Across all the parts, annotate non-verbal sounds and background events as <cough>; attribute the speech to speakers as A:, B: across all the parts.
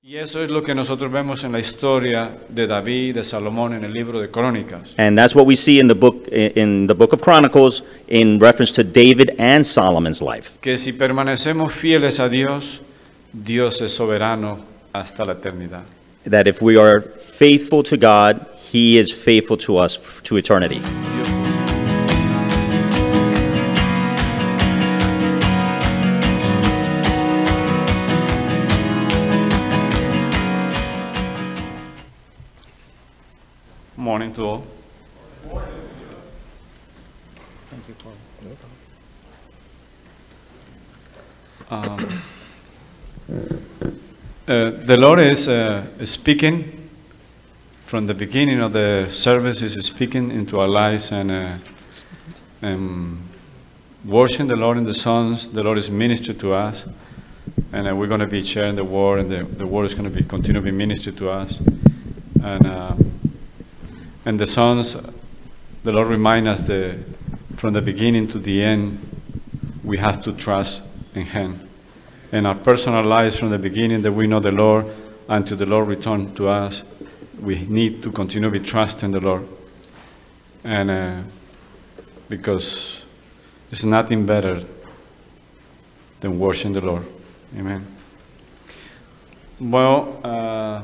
A: Y eso es lo que nosotros vemos en la historia de David, de Salomón, en el libro de Crónicas.
B: And that's what we see in the book in the book of Chronicles in reference to David and Solomon's life.
A: Que si permanecemos fieles a Dios, Dios es soberano hasta la eternidad.
B: That if we are faithful to God, he is faithful to us f- to eternity.
A: Dios- Morning to all. Um, uh, the Lord is uh, speaking from the beginning of the service, is speaking into our lives and, uh, and worshiping the Lord in the songs. The Lord is ministered to us, and uh, we're going to be sharing the word, and the, the word is going to be continue to be ministered to us. And uh, and the songs, the Lord remind us the from the beginning to the end, we have to trust in Him. In our personal lives, from the beginning that we know the Lord, until the Lord return to us, we need to continue to be trusting the Lord. And uh, because it's nothing better than worshiping the Lord. Amen. Well, uh,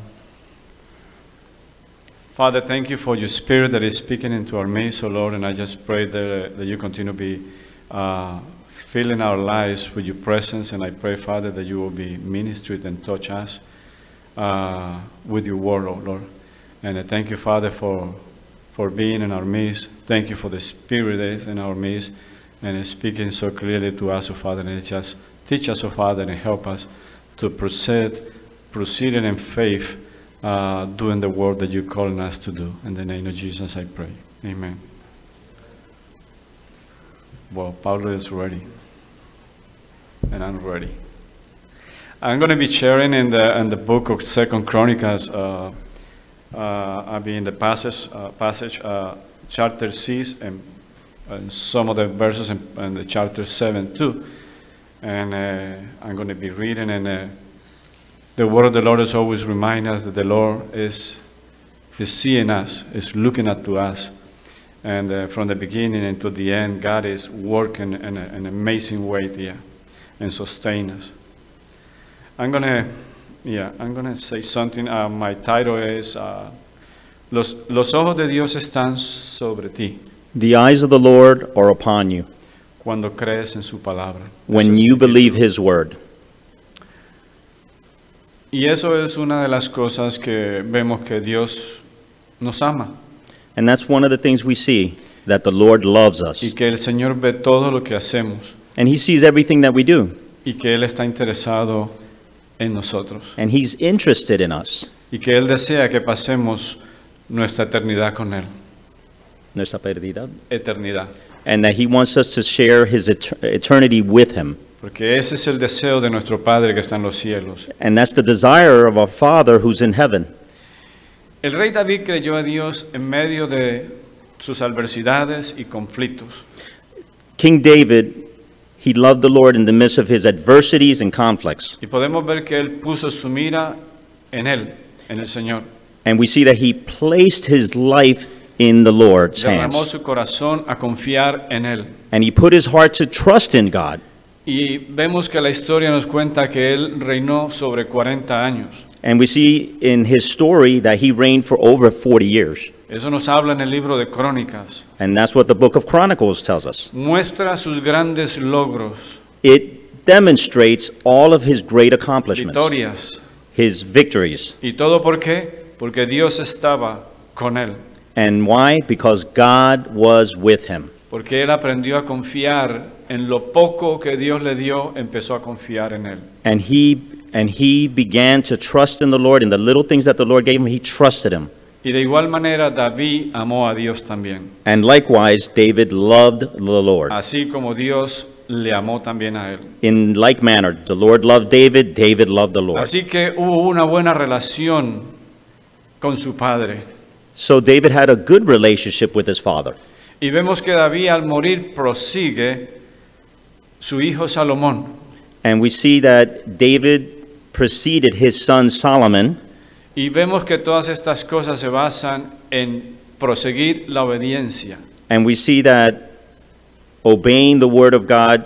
A: Father, thank you for your spirit that is speaking into our midst, O Lord, and I just pray that, that you continue to be uh, filling our lives with your presence, and I pray, Father, that you will be ministered and touch us uh, with your word, O Lord. And I thank you, Father, for, for being in our midst. Thank you for the spirit that is in our midst and is speaking so clearly to us, O Father, and just teach us, O Father, and help us to proceed, proceeding in faith uh, doing the work that you're calling us to do. In the name of Jesus, I pray. Amen. Well, Pablo is ready, and I'm ready. I'm going to be sharing in the in the book of Second Chronicles. Uh, uh, I mean the passage uh, passage uh, chapter six and, and some of the verses in, in the chapter seven too. And uh, I'm going to be reading and. Uh, the word of the Lord is always remind us that the Lord is, is seeing us, is looking at to us. And uh, from the beginning and to the end, God is working in a- an amazing way there and sustain us. I'm gonna, yeah, I'm gonna say something. Uh, my title is uh, los, los ojos de Dios están sobre ti
B: The eyes of the Lord are upon you
A: cuando crees en su palabra. Eso
B: when
A: es
B: you
A: mi título.
B: believe his word.
A: Y eso es una de las cosas que vemos que Dios nos ama.
B: And that's one of the things we see that the Lord loves
A: y
B: us
A: que el Señor ve todo lo que hacemos
B: and he sees everything that we do
A: y que Él está interesado en nosotros
B: and he's interested in us.
A: y que Él desea que pasemos nuestra eternidad con Él,
B: Nuestra perdida.
A: eternidad,
B: And that he wants us to share his eter- eternity with him.
A: porque ese es el deseo de nuestro Padre que está en los cielos.
B: And that's the desire of our Father who's in heaven.
A: El rey David creyó a Dios en medio de sus adversidades y conflictos.
B: King David, he loved the Lord in the midst of his adversities and conflicts.
A: Y podemos ver que Él puso su mira en Él, en el Señor.
B: And we see that he placed his life in the Lord's
A: Derramó
B: hands.
A: su corazón a confiar en Él.
B: And he put his heart to trust in God.
A: Y vemos que la historia nos cuenta que Él reinó sobre 40 años.
B: And we see in his story that he reigned for over 40 years.
A: Eso nos habla en el libro de Crónicas.
B: And that's what the book of Chronicles tells us.
A: Muestra sus grandes logros,
B: It demonstrates all of his great accomplishments,
A: victorias.
B: his victories.
A: ¿Y todo por qué? Porque Dios estaba con él.
B: And why? Because God was with him.
A: Porque él aprendió a confiar en lo poco que Dios le dio, empezó a confiar en él.
B: And he and he began to trust in the Lord in the little things that the Lord gave him, he trusted him.
A: Y de igual manera David amó a Dios también,
B: And likewise David loved the Lord.
A: así como Dios le amó también a él.
B: In like manner, the Lord loved David, David loved the Lord.
A: Así que hubo una buena relación con su padre.
B: So David had a good relationship with his father.
A: Y vemos que David al morir prosigue su hijo Salomón.
B: And we see that David preceded his son Solomon,
A: Y vemos que todas estas cosas se basan en proseguir la obediencia.
B: and we see that obeying the word of God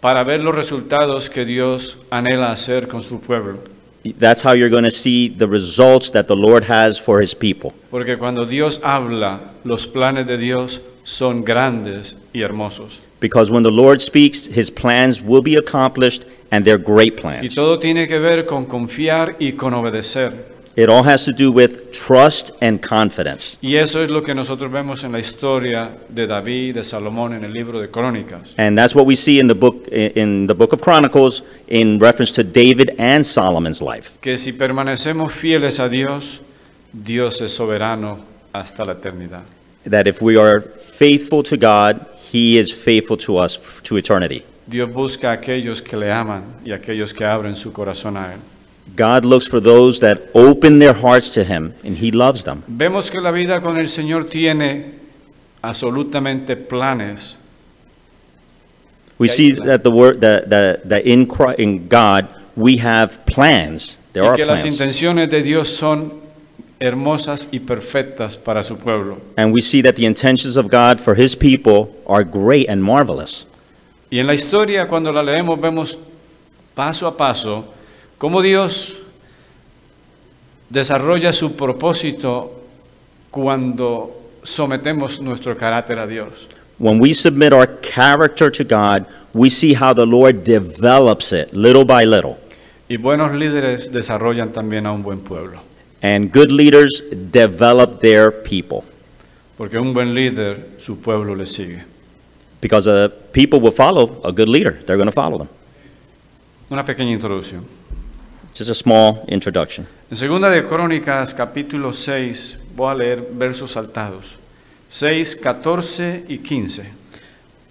A: para ver los resultados que Dios anhela hacer con su pueblo.
B: That's how you're going to see the results that the Lord has for his people.
A: Porque cuando Dios habla, los planes de Dios son grandes y hermosos.
B: Because when the Lord speaks, his plans will be accomplished, and they're great
A: Y
B: plans.
A: todo tiene que ver con confiar y con obedecer.
B: It all has to do with trust and confidence.
A: Y eso es lo que nosotros vemos en la historia de David, de Salomón, en el libro de Crónicas.
B: And that's what we see in the book in the book of Chronicles in reference to David and Solomon's life.
A: Que si permanecemos fieles a Dios, Dios es soberano hasta la eternidad.
B: That if we are faithful to God, he is faithful to us f- to eternity.
A: Dios busca a aquellos que le aman y a aquellos que abren su corazón a Él.
B: God looks for those that open their hearts to him, and he loves them.
A: Vemos que la vida con el Señor tiene absolutamente planes.
B: We
A: Yeah,
B: see
A: you plan.
B: that the word that that, that in Christ, in God we have plans. There
A: Y
B: are
A: que las
B: plans,
A: intenciones de Dios son hermosas y perfectas para su pueblo.
B: and we see that the intentions of God for His people are great and marvelous.
A: Y en la historia, cuando la leemos, vemos paso a paso cómo Dios desarrolla su propósito cuando sometemos nuestro carácter a Dios.
B: When we submit our character to God, we see how the Lord develops it little by little,
A: Y buenos líderes desarrollan también a un buen pueblo.
B: and good leaders develop their people
A: Porque un buen líder, su pueblo le sigue.
B: because uh, people will follow a good leader. They're going to follow them.
A: Una pequeña introducción.
B: Just a small introduction.
A: En segunda de Crónicas, capítulo 6, voy a leer versos saltados. 6, 14 y 15.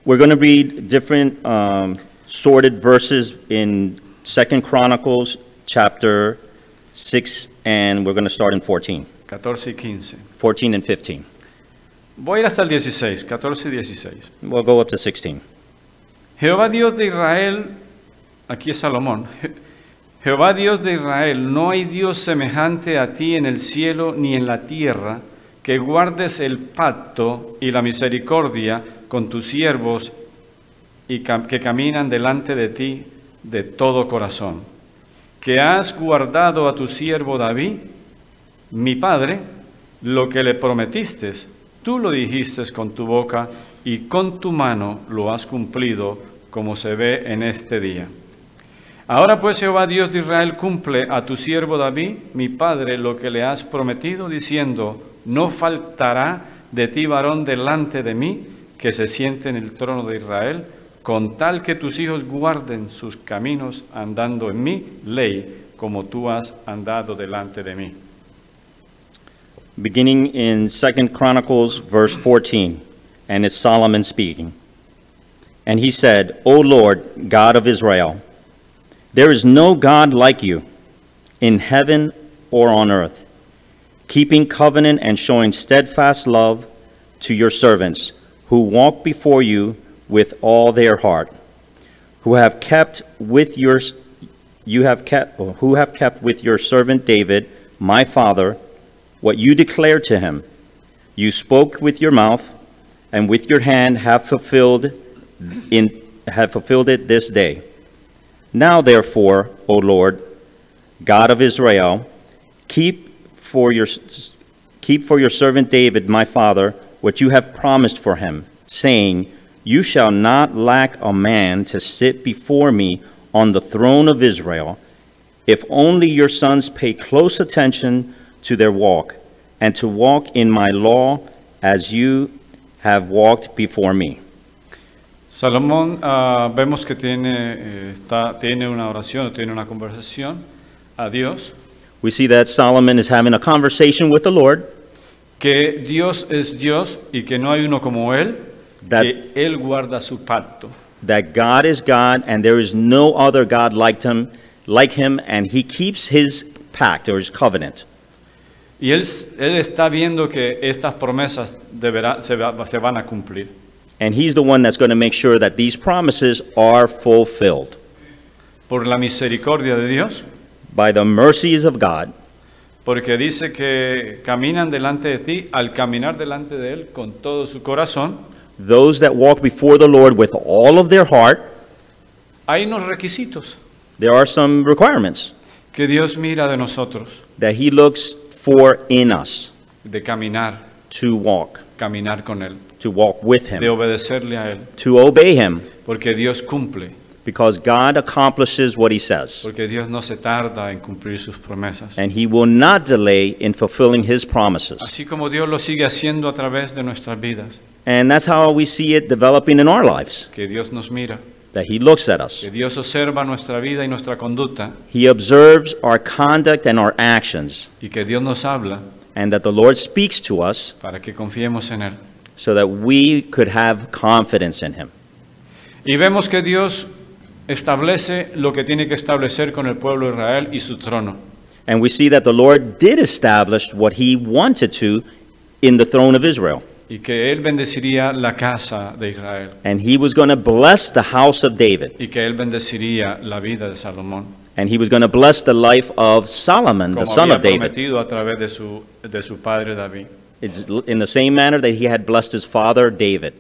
B: We're going to read different um, sorted verses in Second Chronicles, chapter 6, and we're going to start in 14,
A: 14 y 15.
B: 14 and 15.
A: Voy a ir hasta el 16, 14 y 16.
B: We'll go up to 16.
A: Jehová Dios de Israel, aquí es Salomón. Je- Jehová Dios de Israel, no hay Dios semejante a ti en el cielo ni en la tierra, que guardes el pacto y la misericordia con tus siervos y cam- que caminan delante de ti de todo corazón. Que has guardado a tu siervo David, mi padre, lo que le prometiste, tú lo dijiste con tu boca y con tu mano lo has cumplido como se ve en este día. Ahora pues Jehová Dios de Israel cumple a tu siervo David, mi padre, lo que le has prometido, diciendo, no faltará de ti varón delante de mí que se siente en el trono de Israel, con tal que tus hijos guarden sus caminos andando en mi ley, como tú has andado delante de mí.
B: Beginning in Second Chronicles, verse 14, and it's Solomon speaking. And he said, O Lord, God of Israel, there is no God like you in heaven or on earth, keeping covenant and showing steadfast love to your servants who walk before you with all their heart, who have kept with your you have kept who have kept with your servant David, my father, what you declared to him. You spoke with your mouth, and with your hand have fulfilled in have fulfilled it this day. Now therefore, O Lord, God of Israel, keep for your keep for your servant David, my father, what you have promised for him, saying, You shall not lack a man to sit before me on the throne of Israel, if only your sons pay close attention to their walk, and to walk in my law as you have walked before me.
A: Salomón ah, vemos que tiene, eh, está- tiene una oración, tiene una conversación a Dios,
B: We see that Solomon is having a conversation with the Lord,
A: que Dios es Dios y que no hay uno como Él,
B: That-
A: que Él guarda su pacto.
B: that God is God, and there is no other God like him, like him, and he keeps his pact or his covenant.
A: Y él, él está viendo que estas promesas deberá- se, va- se van a cumplir.
B: And he's the one that's going to make sure that these promises are fulfilled.
A: por la misericordia de Dios,
B: by the mercies of God,
A: porque dice que caminan delante de ti, al caminar delante de Él con todo su corazón,
B: those that walk before the Lord with all of their heart,
A: hay unos requisitos
B: there are some requirements
A: que Dios mira de nosotros,
B: that He looks for in us
A: de caminar,
B: to walk,
A: caminar con Él,
B: to walk with
A: de
B: Him,
A: obedecerle a Él,
B: to obey Him,
A: porque Dios cumple,
B: because God accomplishes what He says,
A: porque Dios no se tarda en cumplir sus promesas.
B: and He will not delay in fulfilling His promises.
A: Así como Dios lo sigue haciendo a través de nuestras vidas,
B: And that's how we see it developing in our lives,
A: que Dios nos mira,
B: that He looks at us.
A: que Dios observa nuestra vida y nuestra conducta,
B: He observes our conduct and our actions,
A: y que Dios nos habla
B: and that the Lord speaks to us
A: para que confiemos en Él.
B: so that we could have confidence in Him.
A: Y vemos que Dios establece lo que tiene que establecer con el pueblo de Israel y su trono.
B: And we see that the Lord did establish what He wanted to in the throne of Israel,
A: Y que Él bendeciría la casa de Israel.
B: and He was going to bless the house of David,
A: Y que Él bendeciría la vida de Salomón.
B: and He was going to bless the life of Solomon, the
A: Como
B: son
A: había
B: of David.
A: prometido a través de su, de su padre David.
B: It's l- in the same manner that He had blessed His father David.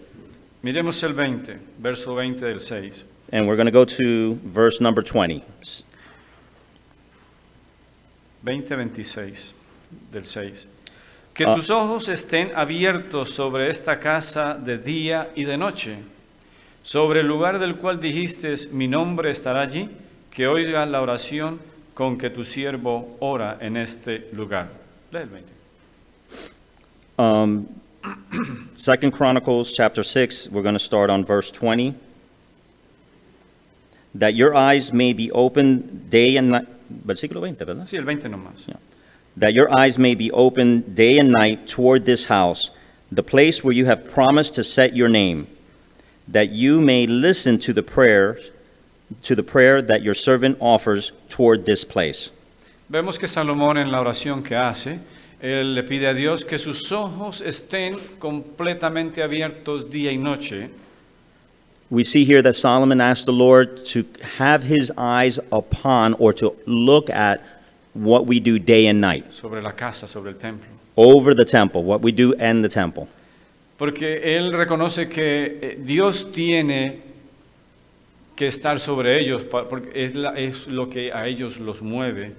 A: Miremos el 20, verso 20 del 6.
B: And we're going to go to verse number 20.
A: 20-26 del 6. Que
B: Ah.
A: tus ojos estén abiertos sobre esta casa de día y de noche, sobre el lugar del cual dijiste, mi nombre estará allí, que oigas la oración con que tu siervo ora en este lugar. Lee el 20.
B: Um, <clears throat> Second Chronicles chapter six, we're going to start on verse twenty. That your eyes may be open day and night, versículo 20, ¿verdad?
A: Sí, el 20 nomás.
B: That your eyes may be open day and night toward this house, the place where you have promised to set your name, that you may listen to the prayer, to the prayer that your servant offers toward this place.
A: Vemos que Salomón en la oración que hace, él le pide a Dios que sus ojos estén completamente abiertos día y noche
B: We see here that Solomon asked the Lord to have his eyes upon or to look at what we do day and night
A: sobre la casa, sobre el templo.
B: over the temple, what we do and the temple.
A: Porque él reconoce que eh, Dios tiene que estar sobre ellos, pa- porque es, la- es lo que a ellos los mueve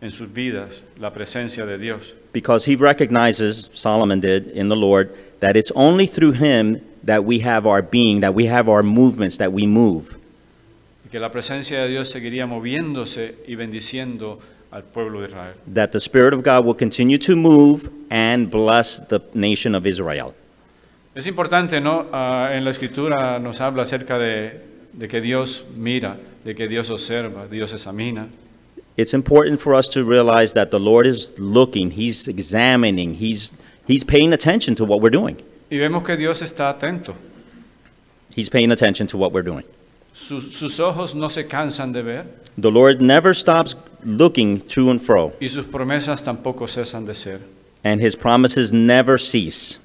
A: en sus vidas, la presencia de Dios.
B: Because he recognizes, Solomon did in the Lord, that it's only through him that we have our being, that we have our movements, that we move.
A: Y que la presencia de Dios seguiría moviéndose y bendiciendo al pueblo de Israel.
B: That the Spirit of God will continue to move and bless the nation of Israel.
A: Es importante, ¿no? Ah, en la escritura nos habla acerca de, de que Dios mira, de que Dios observa, Dios examina.
B: It's important for us to realize that the Lord is looking, he's examining, he's, he's paying attention to what we're doing.
A: Y vemos que Dios está atento.
B: He's paying attention to what we're doing.
A: Sus- sus ojos no se cansan de ver.
B: The Lord never stops looking to and fro,
A: y sus promesas tampoco cesan de ser,
B: and his promises never cease.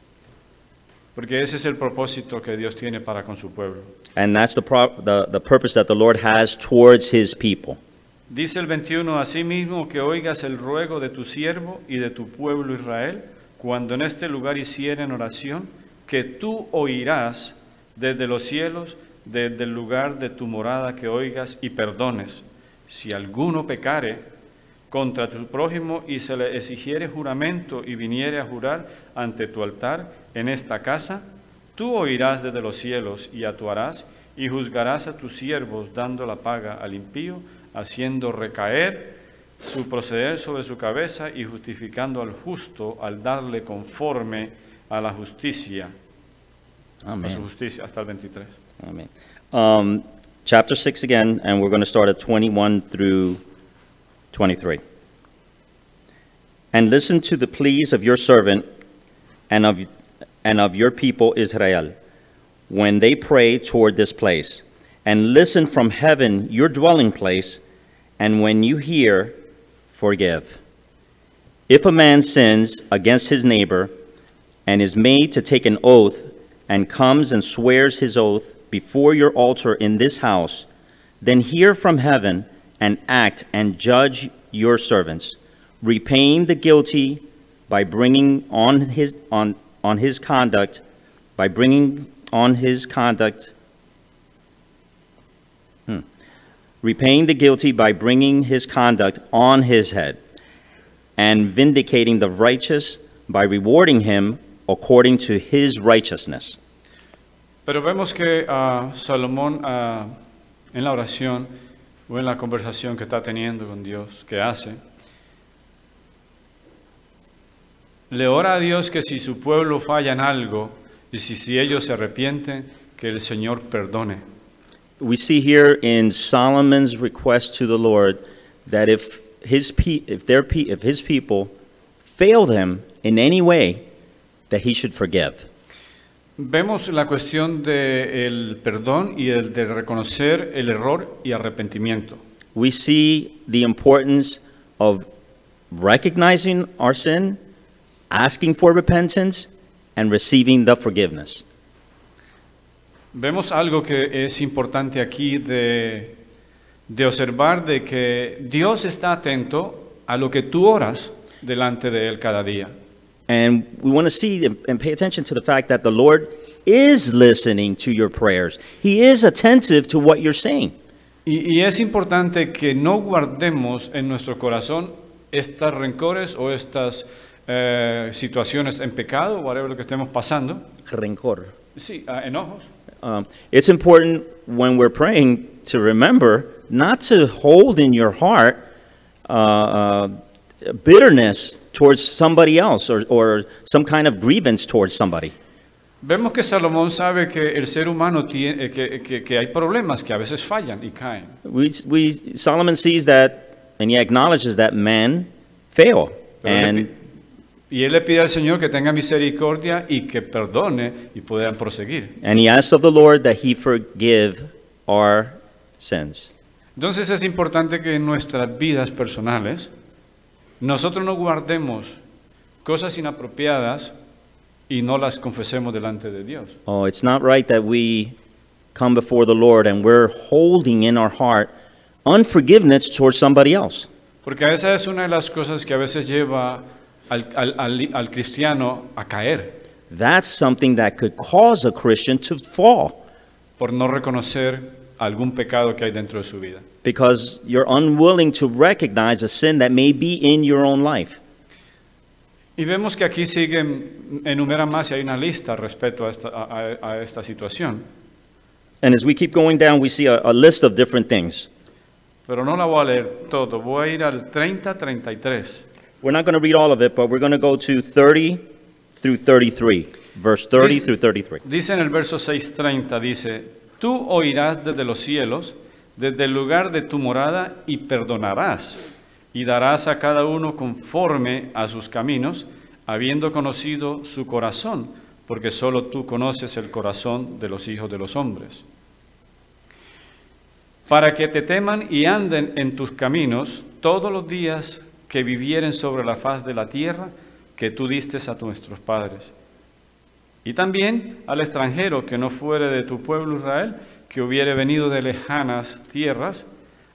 A: porque ese es el propósito que Dios tiene para con su pueblo.
B: And that's the, pro- the, the purpose that the Lord has towards his people.
A: Dice el 21, asimismo que oigas el ruego de tu siervo y de tu pueblo Israel, cuando en este lugar hicieren oración, que tú oirás desde los cielos, desde el lugar de tu morada que oigas y perdones. Si alguno pecare contra tu prójimo y se le exigiere juramento y viniere a jurar ante tu altar en esta casa, tú oirás desde los cielos y actuarás y juzgarás a tus siervos dando la paga al impío, haciendo recaer su proceder sobre su cabeza y justificando al justo al darle conforme a la justicia, a su justicia, hasta el 23.
B: Amen. Um, chapter 6 again, and we're going to start at 21 through 23. And listen to the pleas of your servant and of, and of your people Israel when they pray toward this place. And listen from heaven, your dwelling place, and when you hear, forgive. If a man sins against his neighbor and is made to take an oath and comes and swears his oath before your altar in this house, Then hear from heaven and act and judge your servants, repaying the guilty by bringing on his, on, on his conduct, by bringing on his conduct, hmm, repaying the guilty by bringing his conduct on his head, and vindicating the righteous by rewarding him according to his righteousness.
A: Pero vemos que ah, Salomón ah, en la oración o en la conversación que está teniendo con Dios, que hace, le ora a Dios que si su pueblo falla en algo y si, si ellos se arrepienten, que el Señor perdone.
B: we see here in Solomon's request to the Lord that if his pe- if their pe- if his people failed him in any way, that he should forgive.
A: Vemos la cuestión del perdón y el de reconocer el error y arrepentimiento.
B: We see the importance of recognizing our sin, asking for repentance, and receiving the forgiveness.
A: Vemos algo que es importante aquí de, de observar, de que Dios está atento a lo que tú oras delante de Él cada día.
B: And we want to see and and pay attention to the fact that the Lord is listening to your prayers. He is attentive to what you're saying.
A: Y, y es importante que no guardemos en nuestro corazón estas rencores o estas eh, situaciones en pecado, whatever lo que estemos pasando,
B: Rencor.
A: sí, ah, enojos,
B: Um, it's important when we're praying to remember not to hold in your heart uh, uh, bitterness towards somebody else or, or some kind of grievance towards somebody.
A: Vemos que Salomón sabe que el ser humano tiene, eh, que, que- que hay problemas que a veces fallan y caen.
B: We, we, Solomon sees that and he acknowledges that men fail.
A: Pero él le
B: And,
A: pi- y él le pide al Señor que tenga misericordia y que perdone y puedan proseguir.
B: and he asks of the Lord that he forgive our sins.
A: Entonces es importante que en nuestras vidas personales nosotros no guardemos cosas inapropiadas y no las confesemos delante de Dios.
B: Oh, it's not right that we come before the Lord and we're holding in our heart unforgiveness towards somebody else.
A: Porque esa es una de las cosas que a veces lleva al- al- al- al cristiano a caer.
B: That's something that could cause a Christian to fall
A: por no reconocer algún pecado que hay dentro de su vida.
B: because you're unwilling to recognize a sin that may be in your own life.
A: Y vemos que aquí siguen, enumera más y hay una lista respecto a esta, a- a- a esta situación,
B: And as we keep going down, we see a, a list of different things.
A: pero no la voy a leer todo, voy a ir al 30-33.
B: We're not going to read all of it, but we're going to go to 30 through 33, verse 30
A: This-
B: through 33.
A: Dice en el verso 6:30, dice, tú oirás desde los cielos, desde el lugar de tu morada, y perdonarás, y darás a cada uno conforme a sus caminos, habiendo conocido su corazón, porque solo tú conoces el corazón de los hijos de los hombres. Para que te teman y anden en tus caminos todos los días que vivieren sobre la faz de la tierra que tú diste a nuestros padres y también al extranjero que no fuere de tu pueblo Israel, que hubiere venido de lejanas tierras,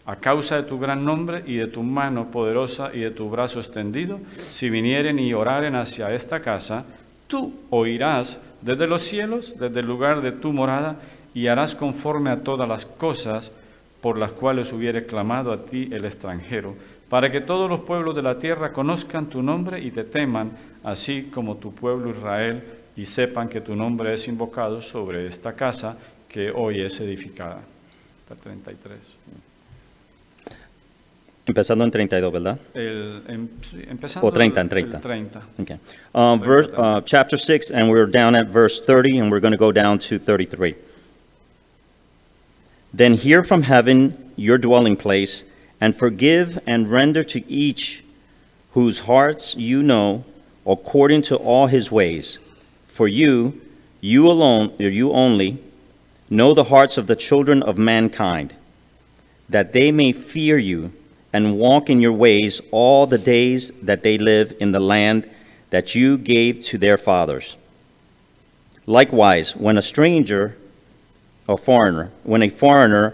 A: a causa de tu gran nombre y de tu mano poderosa y de tu brazo extendido, si vinieren y oraren hacia esta casa, tú oirás desde los cielos, desde el lugar de tu morada, y harás conforme a todas las cosas por las cuales hubiere clamado a ti el extranjero, para que todos los pueblos de la tierra conozcan tu nombre y te teman, así como tu pueblo Israel, y sepan que tu nombre es invocado sobre esta casa que hoy es edificada. Está 33.
B: Empezando en 32, ¿verdad?
A: El, em- sí, empezando
B: O 30, en
A: el-
B: 30.
A: el 30.
B: Okay. Um, verse, uh, chapter 6, and we're down at verse 30, and we're going to go down to 33. Then hear from heaven your dwelling place, and forgive and render to each whose hearts you know according to all his ways. For you, you alone, or you only, know the hearts of the children of mankind, that they may fear you and walk in your ways all the days that they live in the land that you gave to their fathers. Likewise, when a stranger, a foreigner, when a foreigner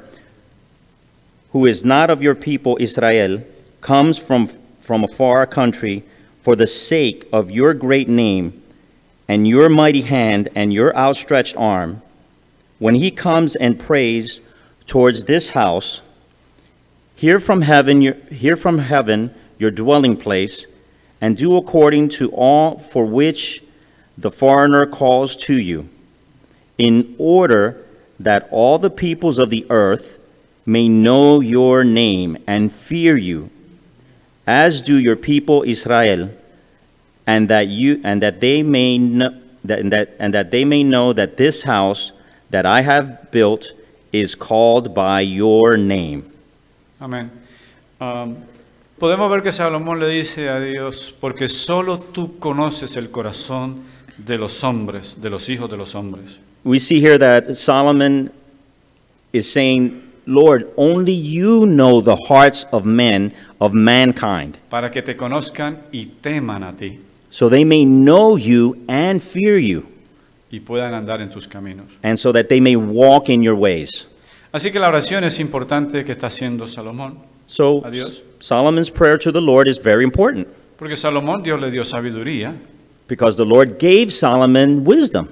B: who is not of your people Israel comes from, from a far country for the sake of your great name and your mighty hand and your outstretched arm, when he comes and prays towards this house, hear from heaven your, hear from heaven your dwelling place, and do according to all for which the foreigner calls to you, in order that all the peoples of the earth may know your name and fear you, as do your people Israel, and that you and that they may know that, and that and that they may know that this house that I have built is called by your name.
A: Amén. Am, podemos ver que Salomón le dice a Dios, porque solo tú conoces el corazón de los hombres, de los hijos de los hombres.
B: We see here that Solomon is saying, Lord, only you know the hearts of men, of mankind,
A: para que te conozcan y teman a ti
B: so they may know you and fear you,
A: y puedan andar en tus caminos.
B: and so that they may walk in your ways.
A: Así que la oración es importante que está haciendo Salomón,
B: So
A: Adios.
B: Solomon's prayer to the Lord is very important
A: porque Salomón Dios le dio sabiduría,
B: because the Lord gave Solomon wisdom.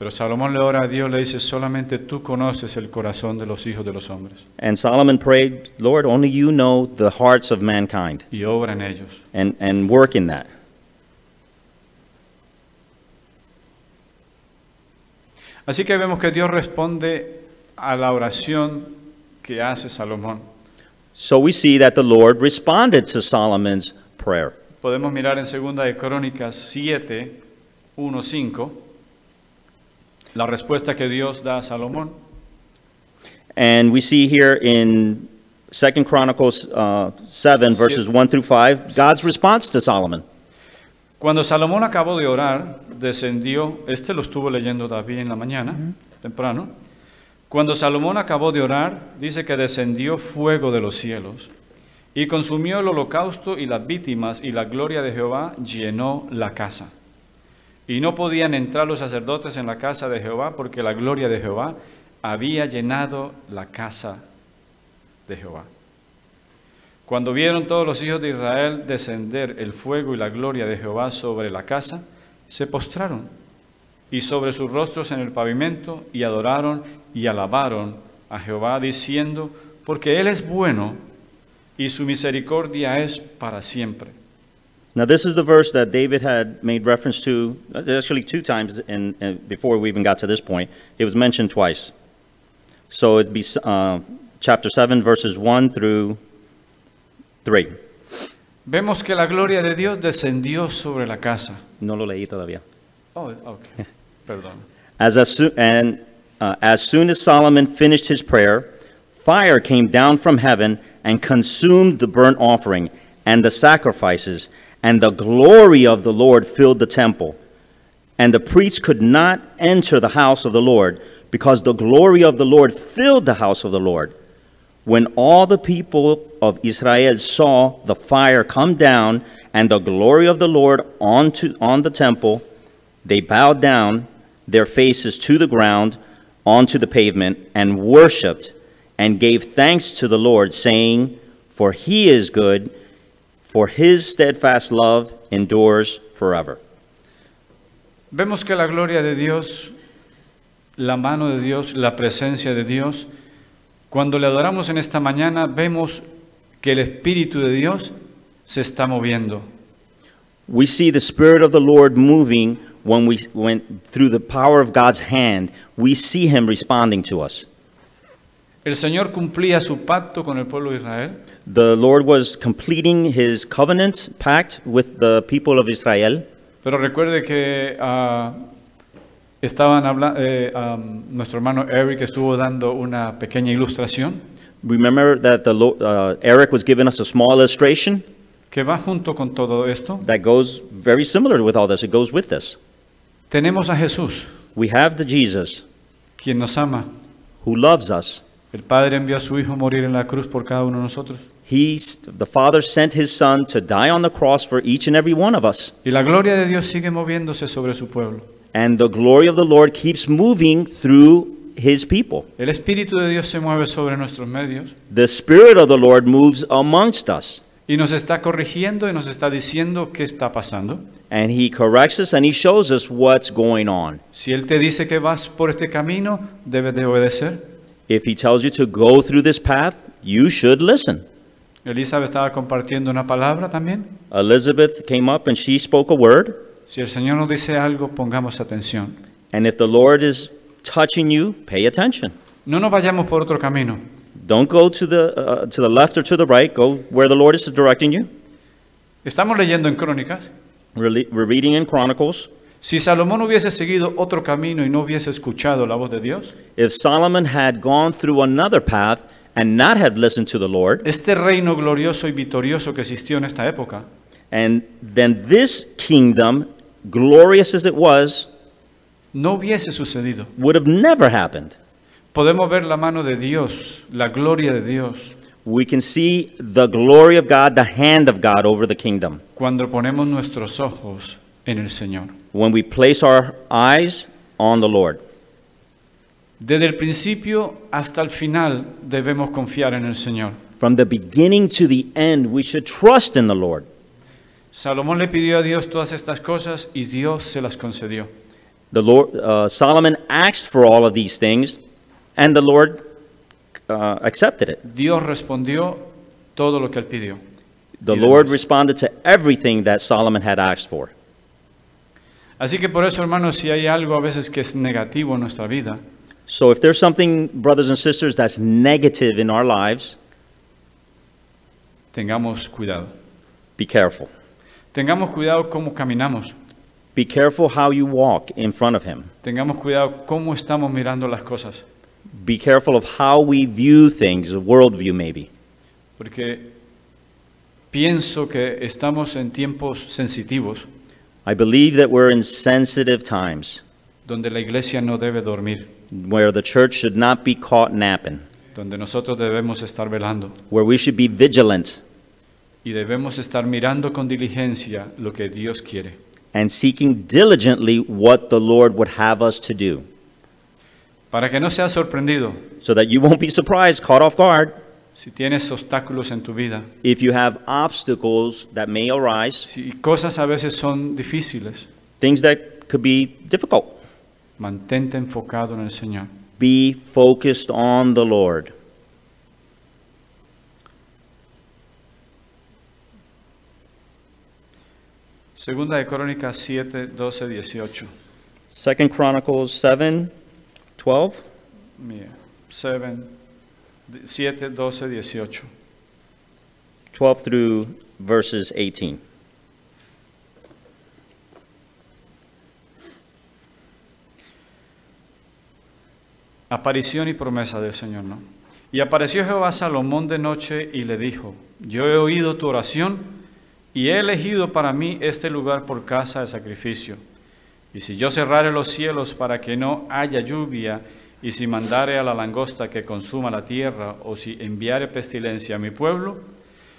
A: pero Salomón le ora a Dios, le dice, solamente tú conoces el corazón de los hijos de los hombres
B: And Solomon prayed, Lord, only you know the hearts of mankind
A: y obra en ellos.
B: and, and work in that.
A: Así que vemos que Dios responde a la oración que hace Salomón.
B: So we see that the Lord responded to Solomon's prayer.
A: Podemos mirar en segunda de Crónicas 7, 1, 5, la respuesta que Dios da a Salomón.
B: And we see here in Second Chronicles uh, 7, verses 1 through 5, God's response to Solomon.
A: Cuando Salomón acabó de orar, descendió, este lo estuvo leyendo David en la mañana, temprano. Cuando Salomón acabó de orar, dice que descendió fuego de los cielos y consumió el holocausto y las víctimas y la gloria de Jehová llenó la casa. Y no podían entrar los sacerdotes en la casa de Jehová porque la gloria de Jehová había llenado la casa de Jehová. Cuando vieron todos los hijos de Israel descender el fuego y la gloria de Jehová sobre la casa, se postraron y sobre sus rostros en el pavimento y adoraron y alabaron a Jehová diciendo, porque Él es bueno y su misericordia es para siempre.
B: Now, this is the verse that David had made reference to, uh, actually, two times in, in, before we even got to this point. It was mentioned twice. So it'd be uh, chapter 7, verses 1 through 3.
A: Vemos que la gloria de Dios descendió sobre la casa.
B: No lo leí todavía.
A: Oh, ok, perdón.
B: As, as, soo- and, uh, as soon as Solomon finished his prayer, fire came down from heaven and consumed the burnt offering and the sacrifices, and the glory of the Lord filled the temple. And the priests could not enter the house of the Lord, because the glory of the Lord filled the house of the Lord. When all the people of Israel saw the fire come down and the glory of the Lord onto, on the temple, they bowed down their faces to the ground onto the pavement and worshiped and gave thanks to the Lord, saying, For he is good, for his steadfast love endures forever.
A: Vemos que la gloria de Dios, la mano de Dios, la presencia de Dios, cuando le adoramos en esta mañana, vemos que el Espíritu de Dios se está moviendo.
B: We see the Spirit of the Lord moving when we when through the power of God's hand. We see him responding to us.
A: El Señor cumplía su pacto con el pueblo de Israel
B: The Lord was completing his covenant pact with the people of Israel.
A: Pero recuerde que ah, estaban habla- eh, am, nuestro hermano Eric estuvo dando una pequeña ilustración
B: Remember that the Lo- uh, Eric was giving us a small illustration
A: que va junto con todo esto.
B: that goes very similar with all this. It goes with this.
A: Tenemos a Jesús,
B: We have the Jesus
A: quien nos ama.
B: who loves us.
A: El Padre envió a su Hijo a morir en la cruz por cada uno de nosotros.
B: He's the Father sent his Son to die on the cross for each and every one of us.
A: Y la gloria de Dios sigue moviéndose sobre su pueblo.
B: And the glory of the Lord keeps moving through his people.
A: El Espíritu de Dios se mueve sobre nuestros medios
B: The Spirit of the Lord moves amongst us,
A: y nos está corrigiendo y nos está diciendo qué está pasando.
B: and he corrects us and he shows us what's going on.
A: Si Él te dice que vas por este camino, debes de obedecer.
B: If he tells you to go through this path, you should listen.
A: Elizabeth estaba compartiendo una palabra también.
B: Elizabeth came up and she spoke a word,
A: Si el Señor nos dice algo, pongamos atención.
B: and if the Lord is touching you, pay attention.
A: No nos vayamos por otro camino.
B: Don't go to the uh, to the left or to the right. Go where the Lord is directing you.
A: Estamos leyendo en Crónicas.
B: We're, le- we're reading in Chronicles.
A: Si Salomón hubiese seguido otro camino y no hubiese escuchado la voz de Dios,
B: If Solomon had gone through another path and not have listened to the Lord,
A: este reino glorioso y victorioso que existió en esta época
B: and then this kingdom, glorious as it was,
A: no hubiese sucedido.
B: would have never happened.
A: Podemos ver la mano de Dios, la gloria de Dios,
B: We can see the glory of God, the hand of God over the kingdom
A: cuando ponemos nuestros ojos en el Señor.
B: when we place our eyes on the Lord.
A: Desde el principio hasta el final debemos confiar en el Señor.
B: From the beginning to the end, we should trust in the Lord.
A: Salomón le pidió a Dios todas estas cosas y Dios se las concedió.
B: The Lord uh, Solomon asked for all of these things, and the Lord uh, accepted it.
A: Dios respondió todo lo que él pidió.
B: The
A: Y
B: Lord
A: demás.
B: responded to everything that Solomon had asked for.
A: Así que por eso, hermanos, si hay algo a veces que es negativo en nuestra vida,
B: So if there's something, brothers and sisters, that's negative in our lives,
A: tengamos cuidado.
B: be careful.
A: Tengamos cuidado cómo caminamos.
B: Be careful how you walk in front of Him.
A: Tengamos cuidado cómo estamos mirando las cosas.
B: Be careful of how we view things, the worldview maybe.
A: Porque pienso que estamos en tiempos sensitivos
B: I believe that we're in sensitive times
A: donde la iglesia no debe dormir,
B: where the church should not be caught napping,
A: donde nosotros debemos estar velando
B: where we should be vigilant
A: y debemos estar mirando con diligencia lo que Dios quiere.
B: and seeking diligently what the Lord would have us to do,
A: Para que no seas sorprendido
B: so that you won't be surprised, caught off guard,
A: si tienes obstáculos en tu vida,
B: if you have obstacles that may arise,
A: si cosas a veces son difíciles,
B: things that could be difficult.
A: mantente enfocado en el Señor.
B: Be focused on the Lord.
A: Segunda de Crónicas 7, 12, 18.
B: Second Chronicles 7, 12.
A: Mía, 7, 7, 12, 18.
B: 12 through verses 18.
A: Aparición y promesa del Señor, ¿no? Y apareció Jehová a Salomón de noche y le dijo, yo he oído tu oración y he elegido para mí este lugar por casa de sacrificio. Y si yo cerrare los cielos para que no haya lluvia, y si mandare a la langosta que consuma la tierra, o si enviare pestilencia a mi pueblo,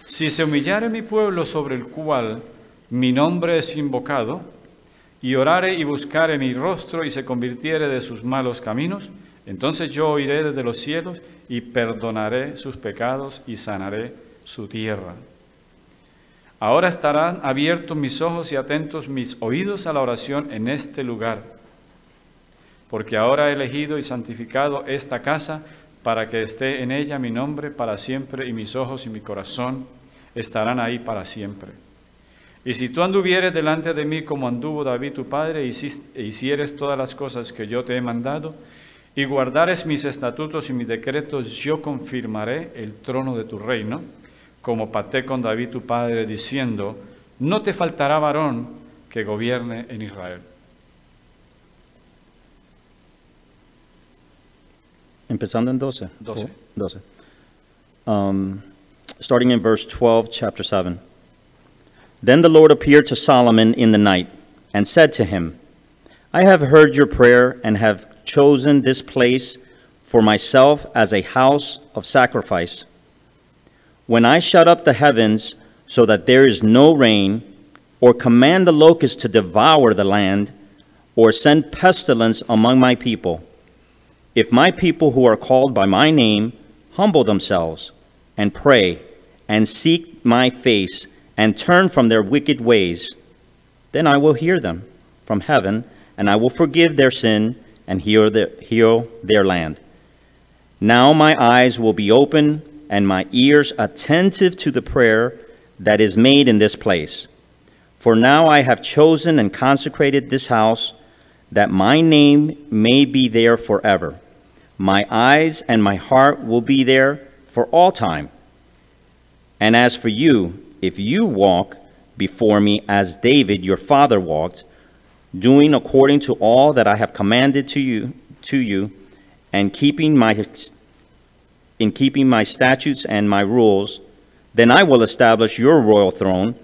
A: si se humillare mi pueblo sobre el cual mi nombre es invocado, y orare y buscare mi rostro y se convirtiere de sus malos caminos, entonces yo oiré desde los cielos y perdonaré sus pecados y sanaré su tierra. Ahora estarán abiertos mis ojos y atentos mis oídos a la oración en este lugar, porque ahora he elegido y santificado esta casa para que esté en ella mi nombre para siempre y mis ojos y mi corazón estarán ahí para siempre. Y si tú anduvieres delante de mí como anduvo David tu padre, e hicis- e hicieres todas las cosas que yo te he mandado, y guardares mis estatutos y mis decretos, yo confirmaré el trono de tu reino, como paté con David tu padre, diciendo, no te faltará varón que gobierne en Israel.
B: Empezando en 12.
A: Doce.
B: 12. Um, starting in verse 12, chapter 7. Then the Lord appeared to Solomon in the night and said to him, I have heard your prayer and have chosen this place for myself as a house of sacrifice. When I shut up the heavens so that there is no rain, or command the locusts to devour the land, or send pestilence among my people, If my people who are called by my name humble themselves and pray and seek my face and turn from their wicked ways, then I will hear them from heaven and I will forgive their sin and heal their, heal their land. Now my eyes will be open and my ears attentive to the prayer that is made in this place. For now I have chosen and consecrated this house that my name may be there forever. My eyes and my heart will be there for all time. And as for you, if you walk before me as David your father walked, doing according to all that I have commanded to you, to you, and keeping my in keeping my statutes and my rules, then I will establish your royal throne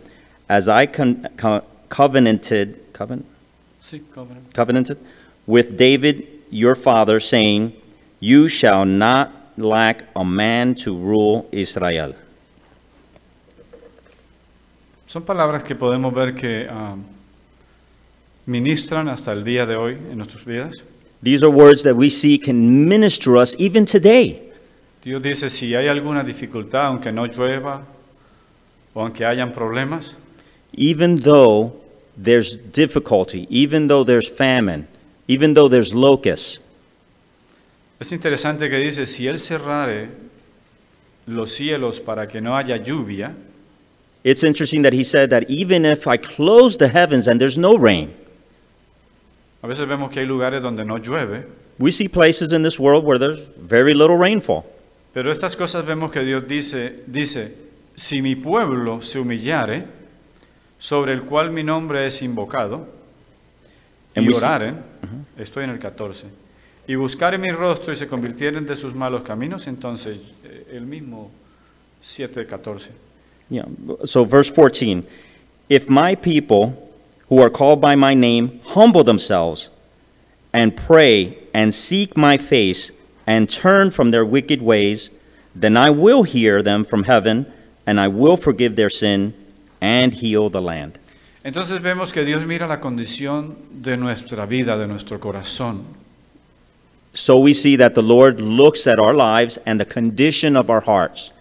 B: as I con- co- covenanted covenant covenanted with David your father, saying, You shall not lack a man to rule Israel.
A: Son palabras que podemos ver que um, ministran hasta el día de hoy en nuestras vidas.
B: These are words that we see can minister us even today.
A: Dios dice, si hay alguna dificultad, aunque no llueva o aunque hayan problemas,
B: Even though there's difficulty, even though there's famine, even though there's locusts,
A: es interesante que dice, si Él cerrare los cielos para que no haya lluvia,
B: it's interesting that he said that even if I close the heavens and there's no rain,
A: a veces vemos que hay lugares donde no llueve,
B: we see places in this world where there's very little rainfall.
A: pero estas cosas vemos que Dios dice, dice, si mi pueblo se humillare, sobre el cual mi nombre es invocado,
B: And
A: y
B: we see-
A: oraren, estoy en el 14, y buscaren mi rostro y se convirtieren de sus malos caminos, entonces eh, el mismo 7.14.
B: Yeah. So verse 14, if my people who are called by my name humble themselves and pray and seek my face and turn from their wicked ways, then I will hear them from heaven and I will forgive their sin and heal the land.
A: Entonces vemos que Dios mira la condición de nuestra vida, de nuestro corazón.
B: So we see that the Lord looks at our lives and the condition of our hearts.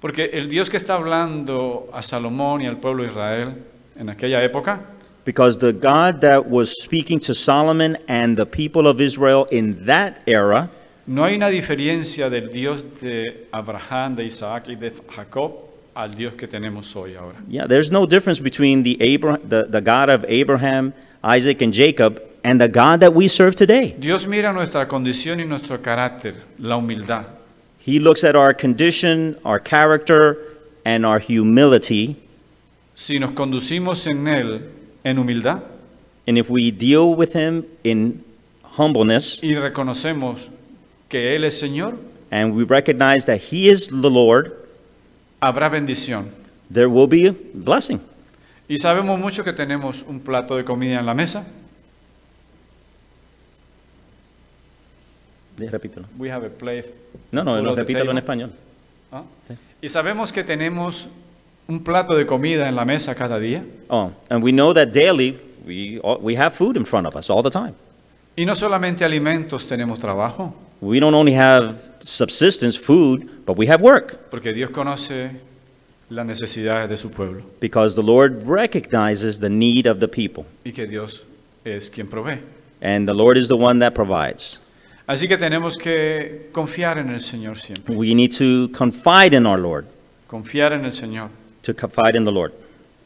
A: Porque el Dios que está hablando a Salomón y al pueblo de Israel en aquella época
B: Because the God that was speaking to Solomon and the people of Israel in that era,
A: No hay una diferencia del Dios de Abraham, de Isaac y de Jacob al Dios que tenemos hoy ahora.
B: Yeah, there's no difference between the, Abra- the, the God of Abraham, Isaac, and Jacob and the God that we serve today.
A: Dios mira nuestra condición y nuestro carácter, la humildad.
B: He looks at our condition, our character, and our humility.
A: Si nos conducimos en Él en humildad
B: And if we deal with Him in humbleness
A: y reconocemos que Él es Señor,
B: and we recognize that He is the Lord,
A: habrá bendición.
B: there will be a blessing.
A: Y sabemos mucho que tenemos un plato de comida en la mesa. We have a plate
B: No, no,
A: full
B: no,
A: of the
B: repítalo en
A: table.
B: español.
A: ¿Ah? Y sabemos que tenemos un plato de comida en la mesa cada día.
B: Oh, and we know that daily we, all- we have food in front of us all the time.
A: Y no solamente alimentos tenemos trabajo,
B: We don't only have subsistence, food, but we have work.
A: porque Dios conoce las necesidades de su pueblo
B: because the Lord recognizes the need of the people,
A: y que Dios es quien provee.
B: and the Lord is the one that provides.
A: Así que tenemos que confiar en el Señor siempre,
B: We need to confide in our Lord,
A: confiar en el Señor.
B: to confide in the Lord.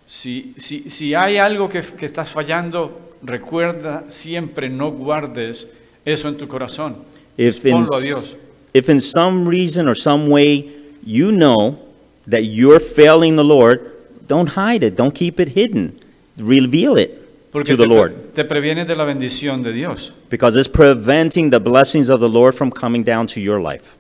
A: Si, si, si hay algo que, que estás fallando, recuerda siempre no guardes eso en tu corazón.
B: If in,
A: Ponlo a Dios.
B: if in some reason or some way you know that you're failing the Lord, don't hide it, don't keep it hidden. Reveal it
A: Porque
B: to the
A: te, pre-
B: Lord,
A: te previenes de la bendición de Dios.
B: because it's preventing the blessings of the Lord from coming down to your life.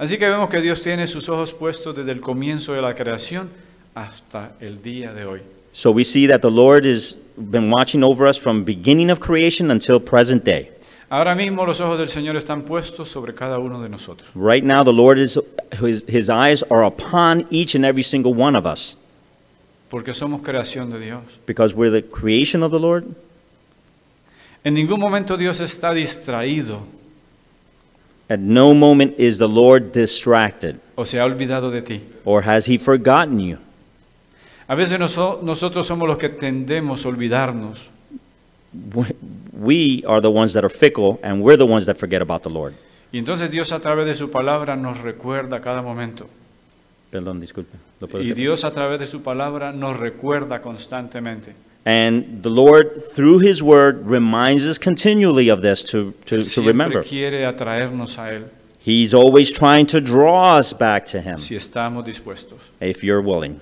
A: Así que vemos que Dios tiene sus ojos puestos desde el comienzo de la creación hasta el día de hoy.
B: So we see that the Lord has been watching over us from beginning of creation until present day.
A: Ahora mismo los ojos del Señor están puestos sobre cada uno de nosotros.
B: Right now, the Lord is, his, his eyes are upon each and every single one of us
A: porque somos creación de Dios.
B: because we're the creation of the Lord.
A: En ningún momento Dios está distraído
B: At no moment is the Lord distracted,
A: o se ha olvidado de ti.
B: or has he forgotten you?
A: A veces noso- nosotros somos los que tendemos a olvidarnos.
B: We- We are the ones that are fickle, and we're the ones that forget about the Lord.
A: Y entonces Dios a través de su palabra nos recuerda a cada momento.
B: Perdón, disculpe. Lo puedo
A: Y
B: repetir.
A: Dios a través de su palabra nos recuerda constantemente.
B: And the Lord, through his word, reminds us continually of this to, to,
A: Él
B: to
A: siempre
B: remember.
A: quiere atraernos a Él
B: He's always trying to draw us back to him,
A: si estamos dispuestos.
B: if you're willing.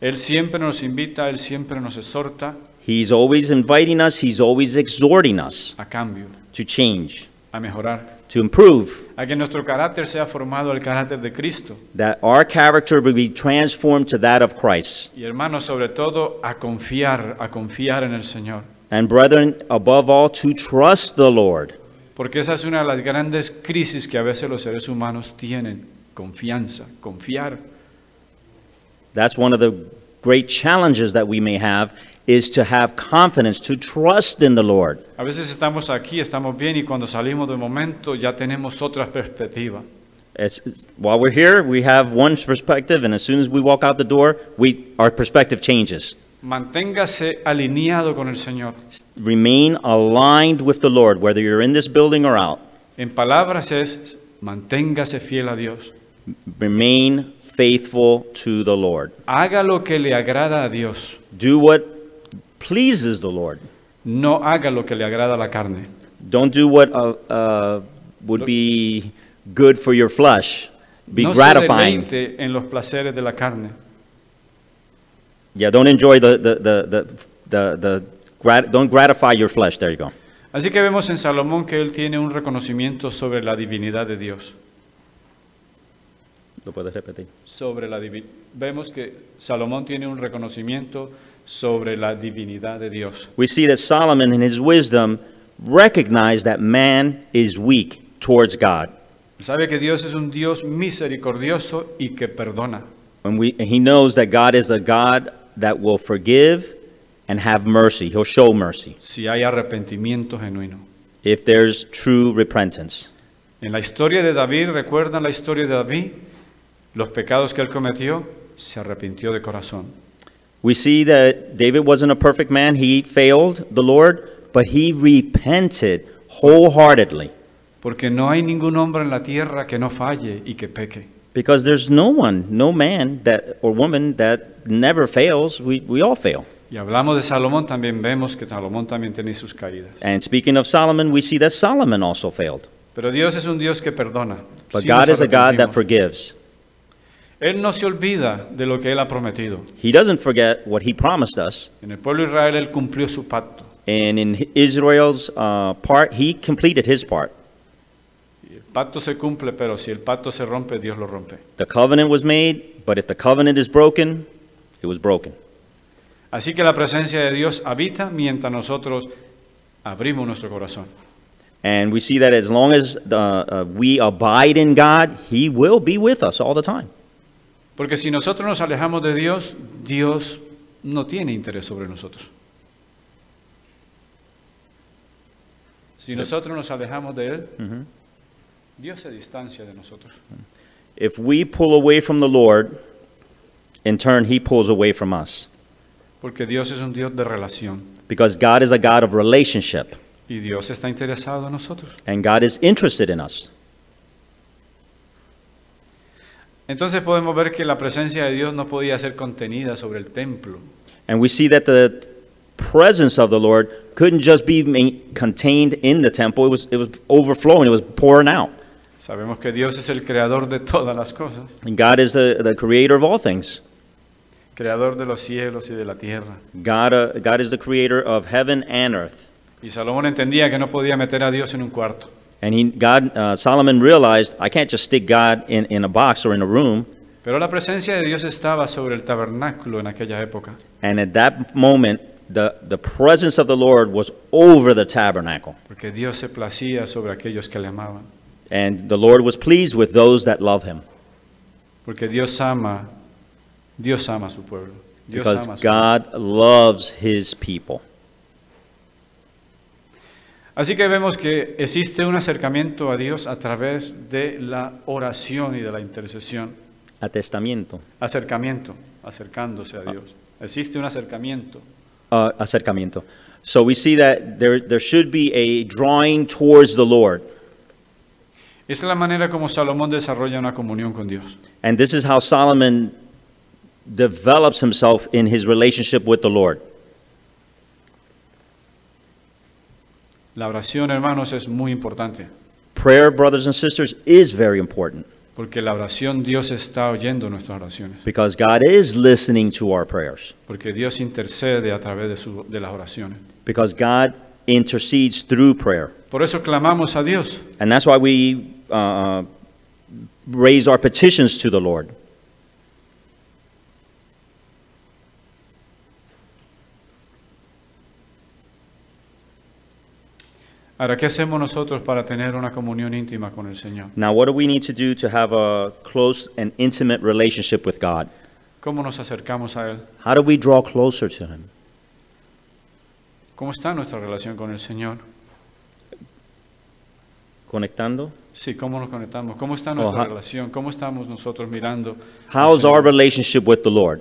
A: Él siempre nos invita, Él siempre nos exhorta
B: He's always inviting us, he's always exhorting us
A: a cambio,
B: to change,
A: a mejorar,
B: to improve,
A: a que nuestro carácter sea formado al carácter de Cristo.
B: that our character will be transformed to that of Christ.
A: Y hermanos, sobre todo, a confiar, a confiar en el Señor.
B: And brethren, above all, to trust the Lord,
A: Porque esa es una de las grandes crisis que a veces los seres humanos tienen, confianza, confiar.
B: That's one of the great challenges that we may have is to have confidence, to trust in the Lord.
A: A veces estamos aquí, estamos bien y cuando salimos de momento ya tenemos otra perspectiva.
B: It's, it's- while we're here, we have one perspective, and as soon as we walk out the door, we, our perspective changes.
A: Manténgase alineado con el Señor.
B: S- Remain aligned with the Lord, whether you're in this building or out.
A: En palabras es, manténgase fiel a Dios.
B: Remain faithful to the Lord.
A: Haga lo que le agrada a Dios,
B: Do what pleases the Lord.
A: no haga lo que le agrada a la carne.
B: Don't do what uh, uh, would be good for your flesh. Be
A: no se
B: gratifying.
A: deleite en los placeres de la carne.
B: Yeah, don't enjoy the, the, the, the, the, the grat- don't gratify your flesh. There you go.
A: Así que vemos en Salomón que él tiene un reconocimiento sobre la divinidad de Dios.
B: Lo puedes repetir.
A: Sobre la divi- vemos que Salomón tiene un reconocimiento sobre la divinidad de Dios.
B: We see that Solomon, in his wisdom, recognized that man is weak towards God.
A: Sabe que Dios es un Dios misericordioso y que perdona.
B: And, we, and he knows that God is a God that will forgive and have mercy. He'll show mercy
A: si hay arrepentimiento genuino.
B: if there's true repentance.
A: En la historia de David, ¿recuerdan la historia de David? Los pecados que él cometió, se arrepintió de corazón.
B: We see that David wasn't a perfect man. He failed the Lord, but he repented wholeheartedly
A: Porque no hay ningún hombre en la tierra que no falle y que peque.
B: because there's no one, no man that or woman that never fails. We, we all fail.
A: Y hablamos de Salomón, también vemos que Salomón también tenía sus caídas.
B: And speaking of Solomon, we see that Solomon also failed.
A: Pero Dios es un Dios que perdona.
B: But
A: Sí
B: God
A: nos
B: is a God that
A: arrepentimos.
B: forgives.
A: Él no se olvida de lo que Él ha prometido.
B: He doesn't forget what he promised us.
A: En el pueblo de Israel Él cumplió su pacto.
B: And in Israel's uh, part, he completed his part.
A: Y el pacto se cumple, pero si el pacto se rompe, Dios lo rompe.
B: The covenant was made, but if the covenant is broken, it was broken.
A: Así que la presencia de Dios habita mientras nosotros abrimos nuestro corazón.
B: And we see that as long as uh, uh, we abide in God, He will be with us all the time.
A: Porque si nosotros nos alejamos de Dios, Dios no tiene interés sobre nosotros. Si nosotros nos alejamos de Él, Dios se distancia de nosotros.
B: If we pull away from the Lord, in turn, He pulls away from us.
A: Porque Dios es un Dios de relación
B: Because God is a God of relationship,
A: y Dios está interesado en nosotros.
B: and God is interested in us.
A: Entonces podemos ver que la presencia de Dios no podía ser contenida sobre el templo.
B: And we see that the presence of the Lord couldn't just be ma- contained in the temple, it was, it was overflowing, it was pouring out.
A: Sabemos que Dios es el creador de todas las cosas.
B: And God is the, the creator of all things.
A: creador de los cielos y de la tierra.
B: God, uh, God is the creator of heaven and earth.
A: Y Salomón entendía que no podía meter a Dios en un cuarto.
B: And he, God, uh, Solomon realized, I can't just stick God in, in a box or in a room.
A: Pero la presencia de Dios estaba sobre el tabernáculo en aquella época.
B: And at that moment, the, the presence of the Lord was over the tabernacle.
A: Porque Dios se placía sobre aquellos que le amaban.
B: And the Lord was pleased with those that love him.
A: Porque Dios ama, Dios ama a su pueblo. Dios
B: Because
A: ama a su pueblo.
B: God loves his people.
A: Así que vemos que existe un acercamiento a Dios a través de la oración y de la intercesión.
B: Atestamiento.
A: Acercamiento, acercándose a Dios. Existe un acercamiento.
B: uh, acercamiento. So we see that there, there should be a drawing towards the Lord.
A: Esa es la manera como Salomón desarrolla una comunión con Dios.
B: And this is how Solomon develops himself in his relationship with the Lord.
A: La oración, hermanos, es muy importante,
B: Prayer, brothers and sisters, is very important
A: porque la oración Dios está oyendo nuestras oraciones,
B: because God is listening to our prayers,
A: porque Dios intercede a través de, su- de las oraciones.
B: because God intercedes through prayer.
A: Por eso clamamos a Dios,
B: And that's why we uh, raise our petitions to the Lord.
A: Ahora, ¿qué hacemos nosotros para tener una comunión íntima con el Señor?
B: Now, what do we need to do to have a close and intimate relationship with God?
A: ¿Cómo nos acercamos a Él?
B: How do we draw closer to Him?
A: ¿Cómo está nuestra relación con el Señor?
B: Conectando.
A: Sí, ¿cómo nos conectamos? ¿Cómo está
B: Oh,
A: nuestra
B: ha-
A: relación? ¿Cómo estamos nosotros mirando? al
B: How's our
A: Señor?
B: relationship with the Lord?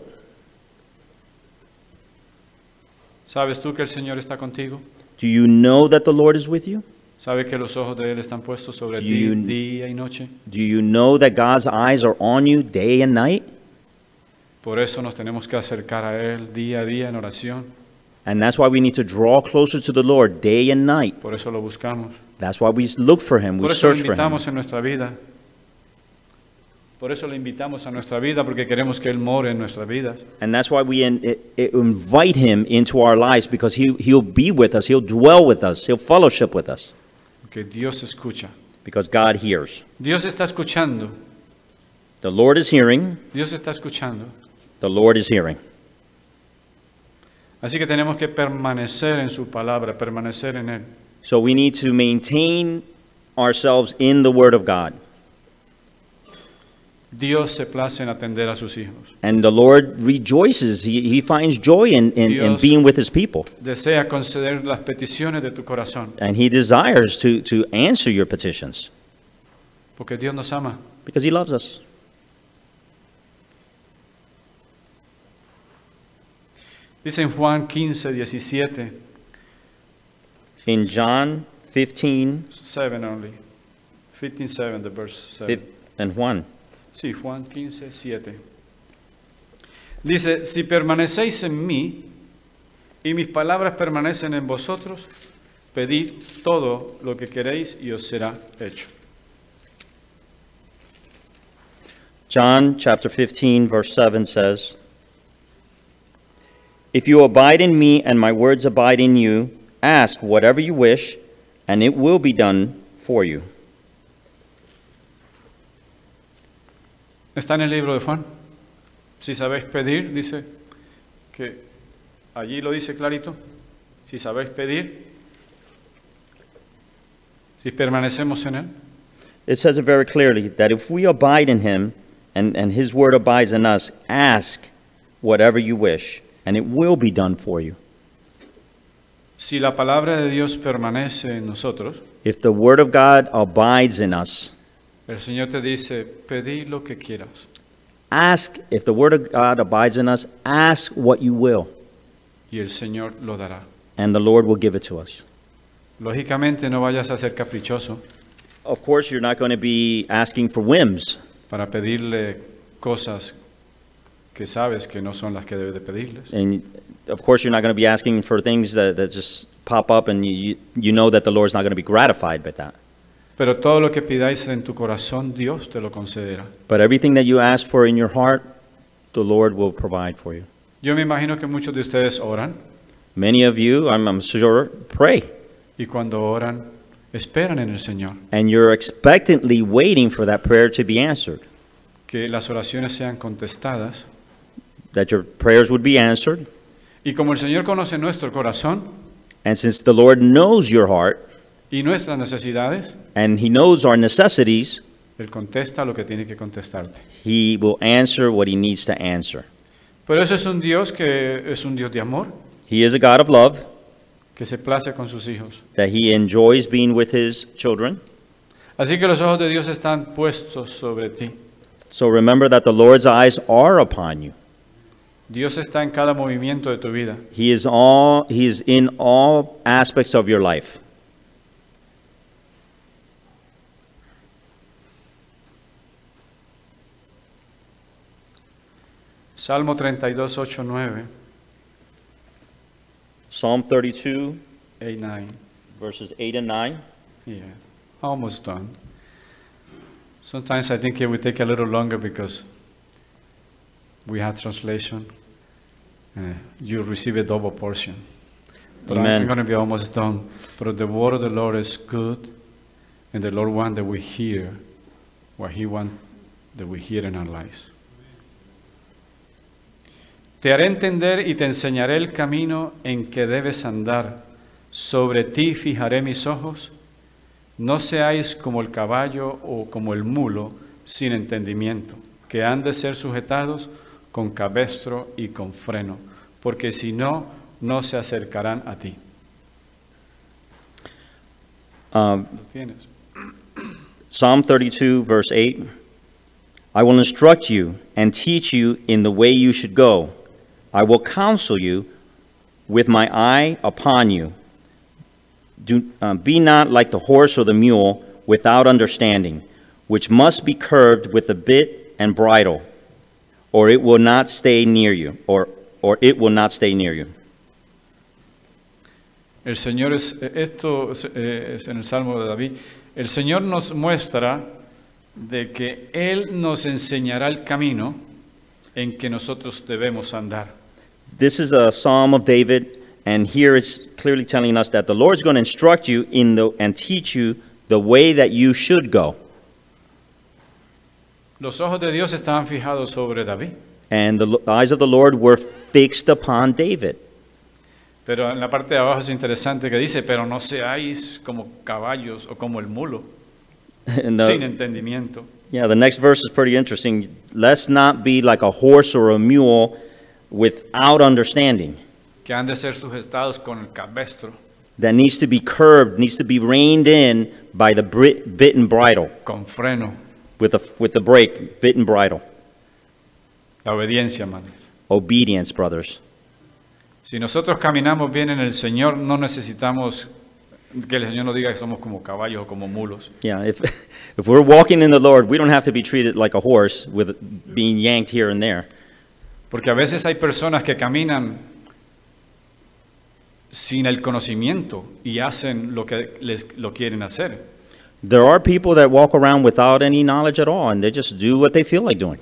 A: ¿Sabes tú que el Señor está contigo?
B: Do you know that the Lord is with you?
A: ¿Sabes que los ojos de Él están puestos sobre
B: Do
A: ti
B: you-
A: día y noche?
B: Do you know that God's eyes are on you day and night?
A: Por eso nos tenemos que acercar a Él día a día en oración.
B: And that's why we need to draw closer to the Lord day and night.
A: Por eso lo buscamos.
B: That's why we look for Him, we
A: Por eso lo
B: search for Him.
A: invitamos en nuestra vida. Por eso lo invitamos a nuestra vida porque queremos que Él more en nuestras vidas.
B: And that's why we in, i- i- invite Him into our lives because he, He'll be with us, He'll dwell with us, He'll fellowship with us
A: Porque Dios escucha.
B: because God hears.
A: Dios está escuchando.
B: The Lord is hearing,
A: Dios está escuchando.
B: the Lord is hearing.
A: Así que tenemos que permanecer en su palabra, permanecer en Él.
B: So we need to maintain ourselves in the Word of God.
A: Dios se place en atender a sus hijos.
B: And the Lord rejoices. He, he finds joy in, in, in
A: Dios-
B: being with his people.
A: Desea conceder las peticiones de tu corazón.
B: And he desires to, to answer your petitions
A: Porque Dios nos ama.
B: because he loves us.
A: Dice en Juan 15, 17,
B: In John 15
A: 7 only. 15, 7, the verse 7.
B: fif- and 1,
A: Sí, Juan 15, 7. Dice, si permanecéis en mí y mis palabras permanecen en vosotros, pedid todo lo que queréis y os será hecho.
B: John chapter 15, verse 7 says, If you abide in me and my words abide in you, ask whatever you wish, and it will be done for you.
A: Está en el libro de Juan. Si sabéis pedir, dice que allí lo dice clarito. Si sabéis pedir, si permanecemos en él,
B: It says it very clearly that if we abide in him and, and his word abides in us, ask whatever you wish, and it will be done for you.
A: si la palabra de Dios permanece en nosotros,
B: If the word of God abides in us,
A: el Señor te dice, pedí lo que quieras.
B: ask, if the word of God abides in us, ask what you will,
A: y el Señor lo dará.
B: and the Lord will give it to us.
A: Lógicamente no vayas a ser caprichoso
B: Of course, you're not going to be asking for whims
A: para pedirle cosas que sabes que no son las que debes de pedirles.
B: and of course you're not going to be asking for things that, that just pop up and you, you, you know that the lord's not going to be gratified by that
A: Pero todo lo que pidáis en tu corazón, Dios te lo concederá.
B: but everything that you ask for in your heart the lord will provide for you
A: Yo me imagino que muchos de ustedes oran
B: Many of you, I'm, I'm sure, pray,
A: y cuando oran esperan en el Señor
B: and you're expectantly waiting for that prayer to be answered,
A: que las oraciones sean contestadas.
B: that your prayers would be answered.
A: Y como el Señor conoce nuestro corazón
B: And since the Lord knows your heart
A: y nuestras necesidades,
B: and He knows our necessities,
A: Él contesta lo que tiene que contestarte.
B: He will answer what He needs to answer.
A: Pero ese es un Dios que es un Dios de amor,
B: He is a God of love,
A: que se place con sus hijos.
B: that he enjoys being with his children.
A: Así que los ojos de Dios están puestos sobre ti.
B: So remember that the Lord's eyes are upon you.
A: Dios está en cada movimiento de tu vida.
B: He is all he is in all aspects of your life.
A: Salmo 32, 8, 9,
B: Psalm 32
A: 8, 9.
B: verses 8 and 9.
A: Yeah, almost done. Sometimes I think it would take a little longer because we have translation. Uh, you receive a double portion. But
B: Amen.
A: I'm going to be almost done. But the word of the Lord is good, and the Lord wants that we hear what He wants that we hear in our lives. Te haré entender y te enseñaré el camino en que debes andar. Sobre ti fijaré mis ojos. No seáis como el caballo o como el mulo sin entendimiento, que han de ser sujetados con cabestro y con freno, porque si no, no se acercarán a ti.
B: Um,
A: ¿Lo tienes?
B: Psalm 32, verse 8 I will instruct you and teach you in the way you should go. I will counsel you with my eye upon you. Do, uh, be not like the horse or the mule without understanding, which must be curbed with a bit and bridle, or it will not stay near you, or, or it will not stay near you.
A: El Señor es, esto es, eh, es en el Salmo de David, el Señor nos muestra de que Él nos enseñará el camino en que nosotros debemos andar.
B: This is a psalm of David, and here it's clearly telling us that the Lord's going to instruct you in the and teach you the way that you should go.
A: Los ojos de Dios estaban fijados sobre David,
B: And the lo- eyes of the Lord were fixed upon David. <laughs>
A: pero en la parte de abajo es interesante que dice, pero no seáis como caballos o como el mulo,
B: And
A: sin
B: the,
A: entendimiento.
B: yeah, the next verse is pretty interesting. Let's not be like a horse or a mule without understanding.
A: que han de ser sujetados con el cabestro,
B: That needs to be curbed, needs to be reined in by the bri- bit and bridle,
A: con freno,
B: with the, with the break, bit and bridle.
A: la obediencia, hermanos.
B: Obedience, brothers.
A: Si nosotros caminamos bien en el Señor, no necesitamos que el Señor nos diga que somos como caballos o como mulos.
B: Yeah, if, <laughs> if we're walking in the Lord, we don't have to be treated like a horse with being yanked here and there.
A: Porque a veces hay personas que caminan sin el conocimiento y hacen lo que les, lo quieren hacer.
B: There are people that walk around without any knowledge at all, and they just do what they feel like doing.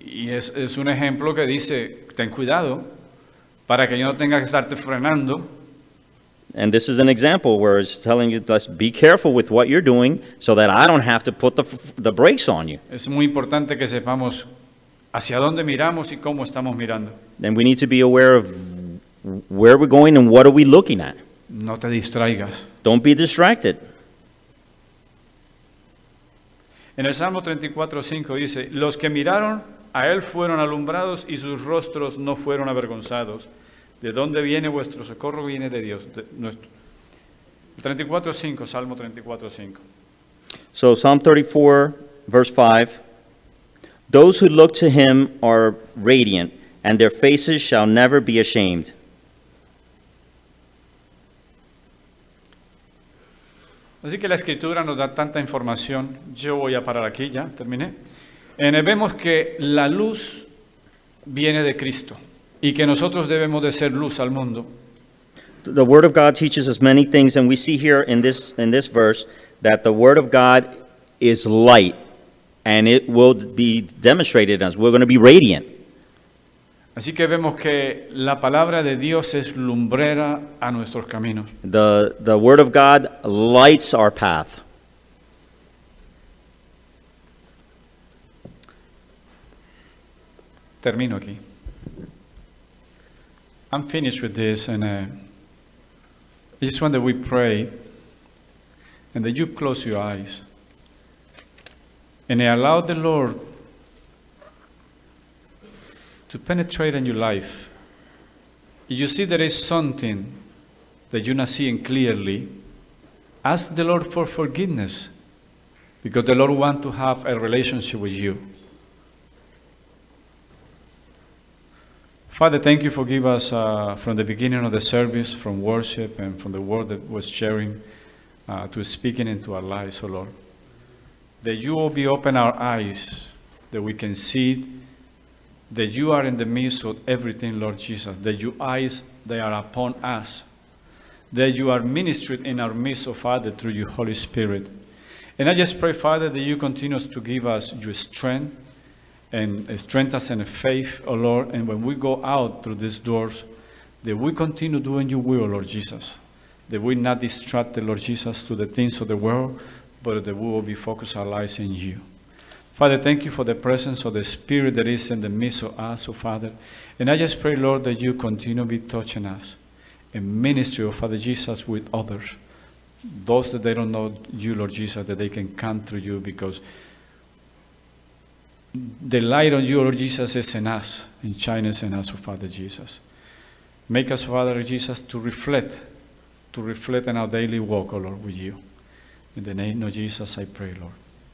A: Y es, es un ejemplo que dice, ten cuidado para que yo no tenga que estarte frenando
B: And this is an example where it's telling you, let's be careful with what you're doing so that I don't have to put the, f- the brakes on you.
A: Es muy importante que sepamos hacia dónde miramos y cómo estamos mirando.
B: And we need to be aware of where we're going and what are we looking at.
A: No te distraigas.
B: Don't be distracted.
A: En el Salmo 34, 5 dice, los que miraron a él fueron alumbrados y sus rostros no fueron avergonzados. ¿De dónde viene vuestro socorro? Viene de Dios. de- nuestro. 34, 5, Salmo 34, 5.
B: So Psalm 34, verse 5, those who look to him are radiant, and their faces shall never be ashamed.
A: Así que la escritura nos da tanta información. Yo voy a parar aquí, ya terminé. Eh, vemos que la luz viene de Cristo y que nosotros debemos de ser luz al mundo.
B: The word of God teaches us many things, and we see here in this in this verse that the word of God is light, and it will be demonstrated as we're going to be radiant.
A: Así que vemos que la palabra de Dios es lumbrera a nuestros caminos.
B: The the word of God lights our path.
A: Termino aquí. I'm finished with this and uh, I just want that we pray and that you close your eyes and allow the Lord to penetrate in your life. You see there is something that you're not seeing clearly, ask the Lord for forgiveness because the Lord wants to have a relationship with you. Father, thank you for giving us uh, from the beginning of the service, from worship and from the word that was sharing uh, to speaking into our lives, O Lord. That you will be open our eyes, that we can see that you are in the midst of everything, Lord Jesus, that your eyes they are upon us, that you are ministered in our midst, O Father, through your Holy Spirit. And I just pray, Father, that you continue to give us your strength and strengthen us in faith, O Lord. And when we go out through these doors, that we continue doing your will, Lord Jesus. That we not distract the Lord Jesus to the things of the world, but that we will be focused our lives in you. Father, thank you for the presence of the Spirit that is in the midst of us, O Father. And I just pray, Lord, that you continue to be touching us and ministry of Father Jesus with others. Those that they don't know you, Lord Jesus, that they can come through you because the light on you, Lord Jesus, is in us, in shines in us, O Father Jesus. Make us, Father Jesus, to reflect, to reflect in our daily walk, O Lord, with you. In the name of Jesus, I pray, Lord.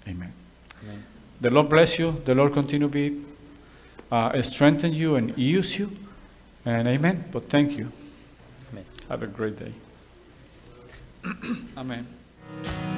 A: Amen. The Lord bless you. The Lord continue to be uh, strengthen you and use you. And amen. But thank you.
B: Amen.
A: Have a great day. <clears throat> amen.